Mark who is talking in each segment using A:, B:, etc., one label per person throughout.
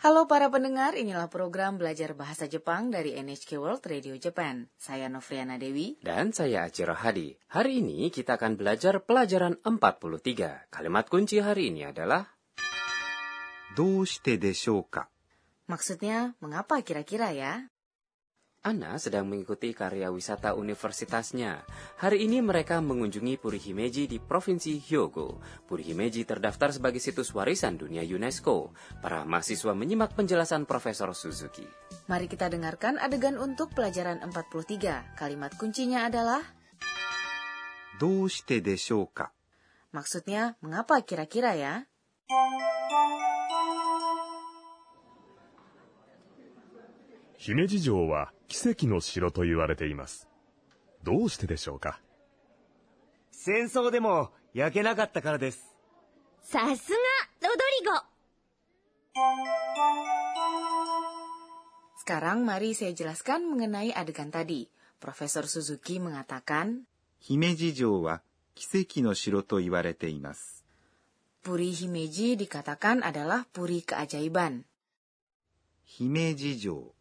A: Halo para pendengar, inilah program belajar bahasa Jepang dari NHK World Radio Japan. Saya Novriana Dewi.
B: Dan saya Ajiro Hadi. Hari ini kita akan belajar pelajaran 43. Kalimat kunci hari ini adalah
C: どうしてでしょうか
A: Maksudnya, mengapa kira-kira ya?
B: Anna sedang mengikuti karya wisata universitasnya. Hari ini mereka mengunjungi Purihimeji di Provinsi Hyogo. Purihimeji terdaftar sebagai situs warisan dunia UNESCO. Para mahasiswa menyimak penjelasan Profesor Suzuki.
A: Mari kita dengarkan adegan untuk pelajaran 43. Kalimat kuncinya adalah,
C: どうしてでしょうか
A: maksudnya, mengapa kira-kira ya?
D: 姫路城は奇跡の城と言われています。どうしてでしょうか
E: 戦争でも焼けなかったからです。
F: さすが、ロドリゴ
A: Sekarang mari saya jelaskan mengenai adegan tadi. Profesor Suzuki mengatakan,
C: 姫路城は奇跡の城と言われています。
A: Puri Himeji dikatakan adalah Puri Keajaiban,
C: 姫路城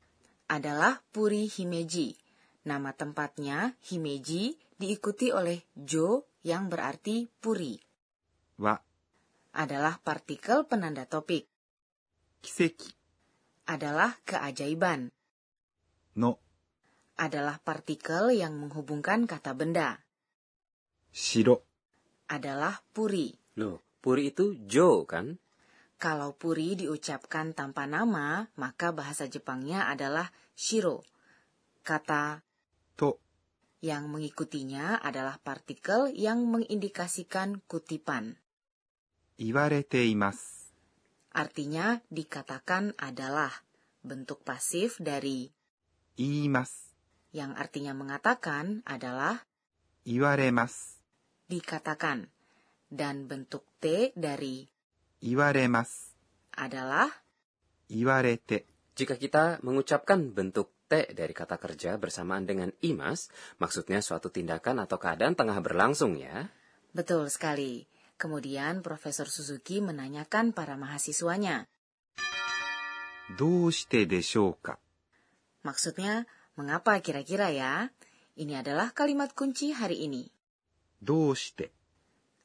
A: adalah Puri Himeji. Nama tempatnya, Himeji, diikuti oleh Jo yang berarti Puri,
C: は
A: adalah partikel penanda topik,
C: 奇跡
A: adalah keajaiban,
C: の
A: adalah partikel yang menghubungkan kata benda,
C: 城
A: adalah Puri.
B: Loh, Puri itu Jo kan?
A: Kalau puri diucapkan tanpa nama, maka bahasa Jepangnya adalah shiro. Kata
C: と
A: yang mengikutinya adalah partikel yang mengindikasikan kutipan.
C: 言われています。
A: Artinya dikatakan adalah bentuk pasif dari
C: 言います。
A: yang artinya mengatakan adalah
C: 言われます。
A: dikatakan dan bentuk T dari
C: 言われます。
A: adalah
C: 言われて
B: Jika kita mengucapkan bentuk T dari kata kerja bersamaan dengan imas, maksudnya suatu tindakan atau keadaan tengah berlangsung ya.
A: betul sekali. Kemudian Profesor Suzuki menanyakan para mahasiswanya,
C: どうしてでしょうか
A: Maksudnya, mengapa kira-kira ya? Ini adalah kalimat kunci hari ini.
C: どうして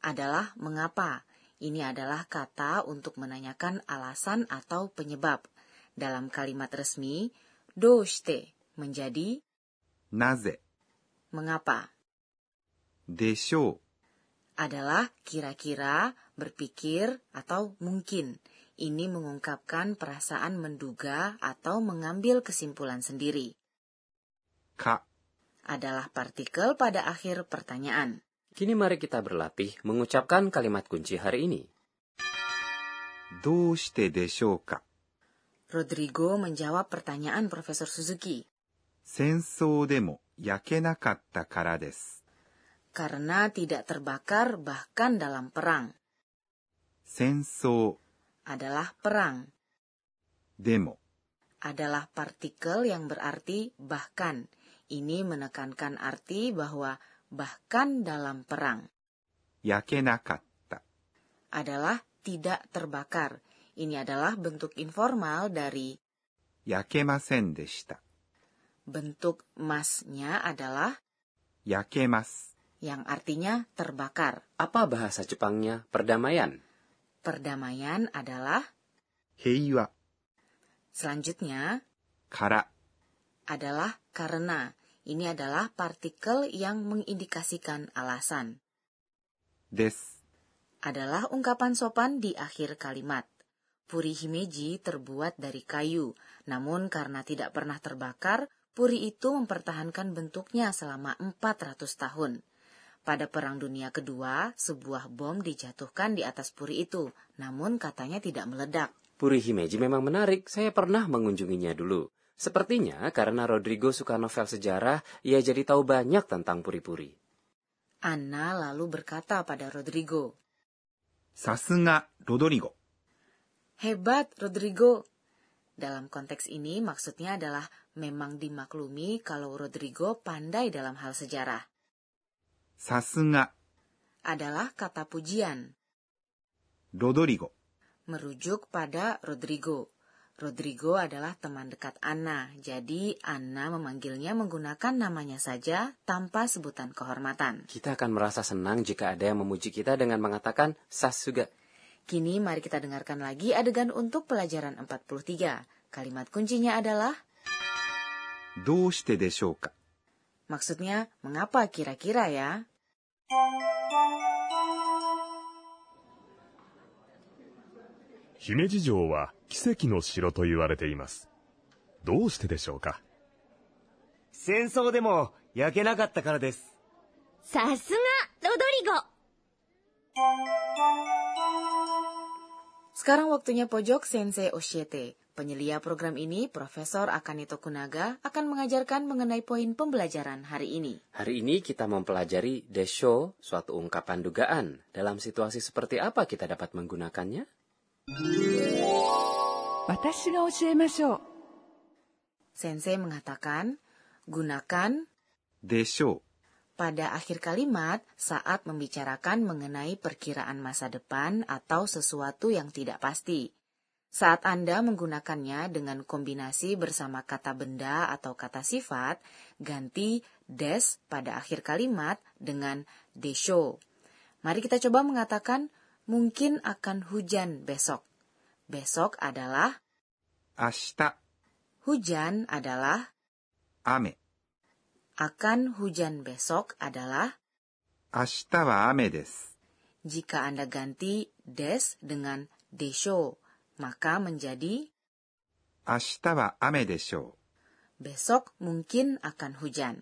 A: Adalah mengapa. Ini adalah kata untuk menanyakan alasan atau penyebab. Dalam kalimat resmi, doshite menjadi
C: なぜ
A: mengapa.
C: でしょう
A: Adalah kira-kira, berpikir, atau mungkin. Ini mengungkapkan perasaan menduga atau mengambil kesimpulan sendiri.
C: か
A: Adalah partikel pada akhir pertanyaan.
B: Kini mari kita berlatih mengucapkan kalimat kunci hari ini.
C: どうしてでしょうか
A: Rodrigo menjawab pertanyaan Profesor Suzuki
C: 戦争でも焼けなかったからです。
A: karena tidak terbakar bahkan dalam perang
C: 戦争
A: adalah perang
C: でも
A: adalah partikel yang berarti bahkan. Ini menekankan arti bahwa bahkan dalam perang
C: 焼けなかった。
A: adalah tidak terbakar. Ini adalah bentuk informal dari
C: 焼けませんでした。
A: bentuk masnya adalah
C: 焼けます。
A: yang artinya terbakar.
B: Apa bahasa Jepangnya perdamaian?
A: Perdamaian adalah
C: 平和
A: selanjutnya
C: から、
A: adalah karena. Ini adalah partikel yang mengindikasikan alasan.
C: です。
A: Adalah ungkapan sopan di akhir kalimat. Puri Himeji terbuat dari kayu, namun karena tidak pernah terbakar, puri itu mempertahankan bentuknya selama 400 tahun. Pada Perang Dunia Kedua, sebuah bom dijatuhkan di atas puri itu, namun katanya tidak meledak.
B: Puri Himeji memang menarik, saya pernah mengunjunginya dulu. Sepertinya karena Rodrigo suka novel sejarah, ia jadi tahu banyak tentang puri-puri.
A: Anna lalu berkata pada Rodrigo,
C: さすが、ロドリゴ。
A: Hebat, Rodrigo. Dalam konteks ini maksudnya adalah memang dimaklumi kalau Rodrigo pandai dalam hal sejarah.
C: さすが、
A: Adalah kata pujian,
C: ロドリゴ。
A: merujuk pada Rodrigo. Rodrigo adalah teman dekat Anna, jadi Anna memanggilnya menggunakan namanya saja tanpa sebutan kehormatan.
B: Kita akan merasa senang jika ada yang memuji kita dengan mengatakan Sasuga.
A: Kini mari kita dengarkan lagi adegan untuk pelajaran 43. Kalimat kuncinya adalah,
C: どうしてでしょうか
A: maksudnya mengapa kira-kira ya?
D: 「姫路城は奇跡の城と言われています」どうしてでしょうか
E: 戦争でも焼けなかったからです。
F: さすが、ロドリゴ。
A: Sekarang waktunya pojok Sensei Oshiete. Penyelia program ini, Profesor Akane Tokunaga, akan mengajarkan mengenai poin pembelajaran hari ini.
B: Hari ini kita mempelajari desho, suatu ungkapan dugaan. Dalam situasi seperti apa kita dapat menggunakannya?
G: 私が教えましょう
A: Sensei mengatakan, gunakan
C: でしょ
A: pada akhir kalimat saat membicarakan mengenai perkiraan masa depan atau sesuatu yang tidak pasti. Saat Anda menggunakannya dengan kombinasi bersama kata benda atau kata sifat, ganti des pada akhir kalimat dengan desho. Mari kita coba mengatakan mungkin akan hujan besok. Besok adalah
C: う明日
A: hujan adalah
C: 雨
A: akan hujan besok adalah
C: 明日は雨です
A: Jika Anda ganti des dengan desho, maka menjadi
C: 明日は雨でしょ
A: besok mungkin akan hujan.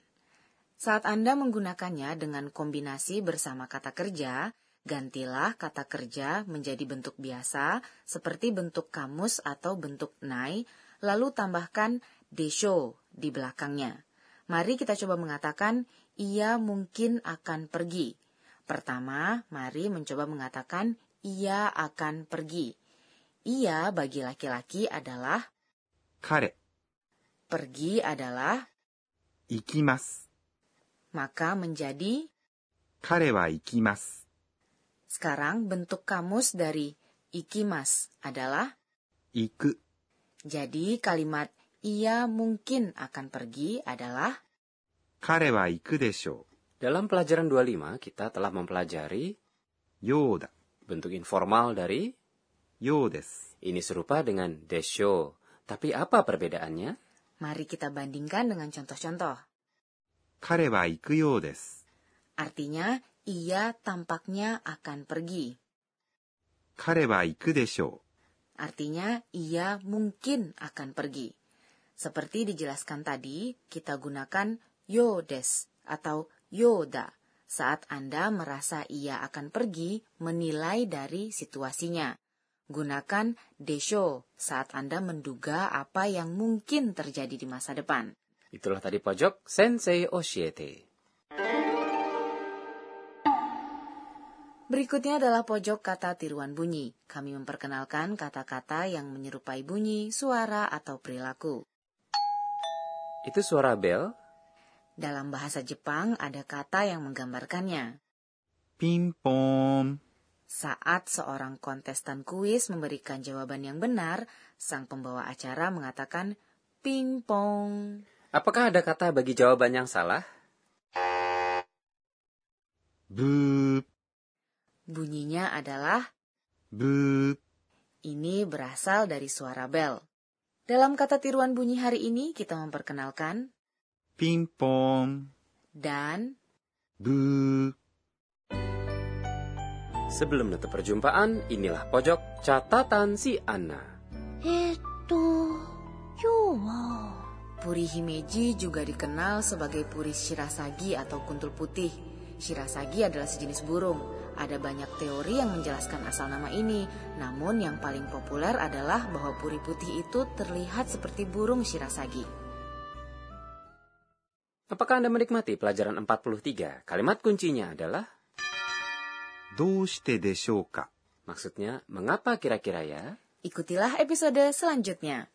A: Saat Anda menggunakannya dengan kombinasi bersama kata kerja, gantilah kata kerja menjadi bentuk biasa seperti bentuk kamus atau bentuk nai, lalu tambahkan desho di belakangnya. Mari kita coba mengatakan ia mungkin akan pergi. Pertama, mari mencoba mengatakan ia akan pergi. Ia bagi laki-laki adalah
C: う彼
A: pergi adalah
C: 行きます
A: maka menjadi
C: 彼は行きます
A: sekarang bentuk kamus dari ikimas adalah
C: 行く
A: jadi kalimat ia mungkin akan pergi adalah
C: 彼は行くでしょ
B: Dalam pelajaran 25, kita telah mempelajari
C: うようだ
B: bentuk informal dari
C: ようです
B: ini serupa dengan desho. Tapi apa perbedaannya?
A: mari kita bandingkan dengan contoh-contoh
C: 彼は行くようです
A: artinya ia tampaknya akan pergi
C: 彼は行くでしょ
A: artinya ia mungkin akan pergi seperti dijelaskan tadi kita gunakan yodes atau yoda saat Anda merasa ia akan pergi menilai dari situasinya. Gunakan desho saat Anda menduga apa yang mungkin terjadi di masa depan.
B: Itulah tadi pojok Sensei Oshiete.
A: Berikutnya adalah pojok kata tiruan bunyi. Kami memperkenalkan kata-kata yang menyerupai bunyi, suara, atau perilaku.
B: Itu suara bel,
A: Dalam bahasa Jepang ada kata yang menggambarkannya.
C: うピンポーン
A: Saat seorang kontestan kuis memberikan jawaban yang benar, sang pembawa acara mengatakan pingpong.
B: Apakah ada kata bagi jawaban yang salah?
C: ブー
A: Bunyinya adalah
C: ブー
A: ini berasal dari suara bel. Dalam kata tiruan bunyi hari ini kita memperkenalkan
C: ピンポーン
A: dan
C: ブー
B: Sebelum menutup perjumpaan, inilah pojok catatan si Anna.
F: えー、っと、今日は、
A: Puri Himeji juga dikenal sebagai Puri Shirasagi atau kuntul putih. Shirasagi adalah sejenis burung. Ada banyak teori yang menjelaskan asal nama ini, namun yang paling populer adalah bahwa puri putih itu terlihat seperti burung Shirasagi.
B: Apakah Anda menikmati pelajaran 43? Kalimat kuncinya adalah,
C: どうしてでしょうか
B: maksudnya, mengapa kira-kira ya?
A: Ikutilah episode selanjutnya.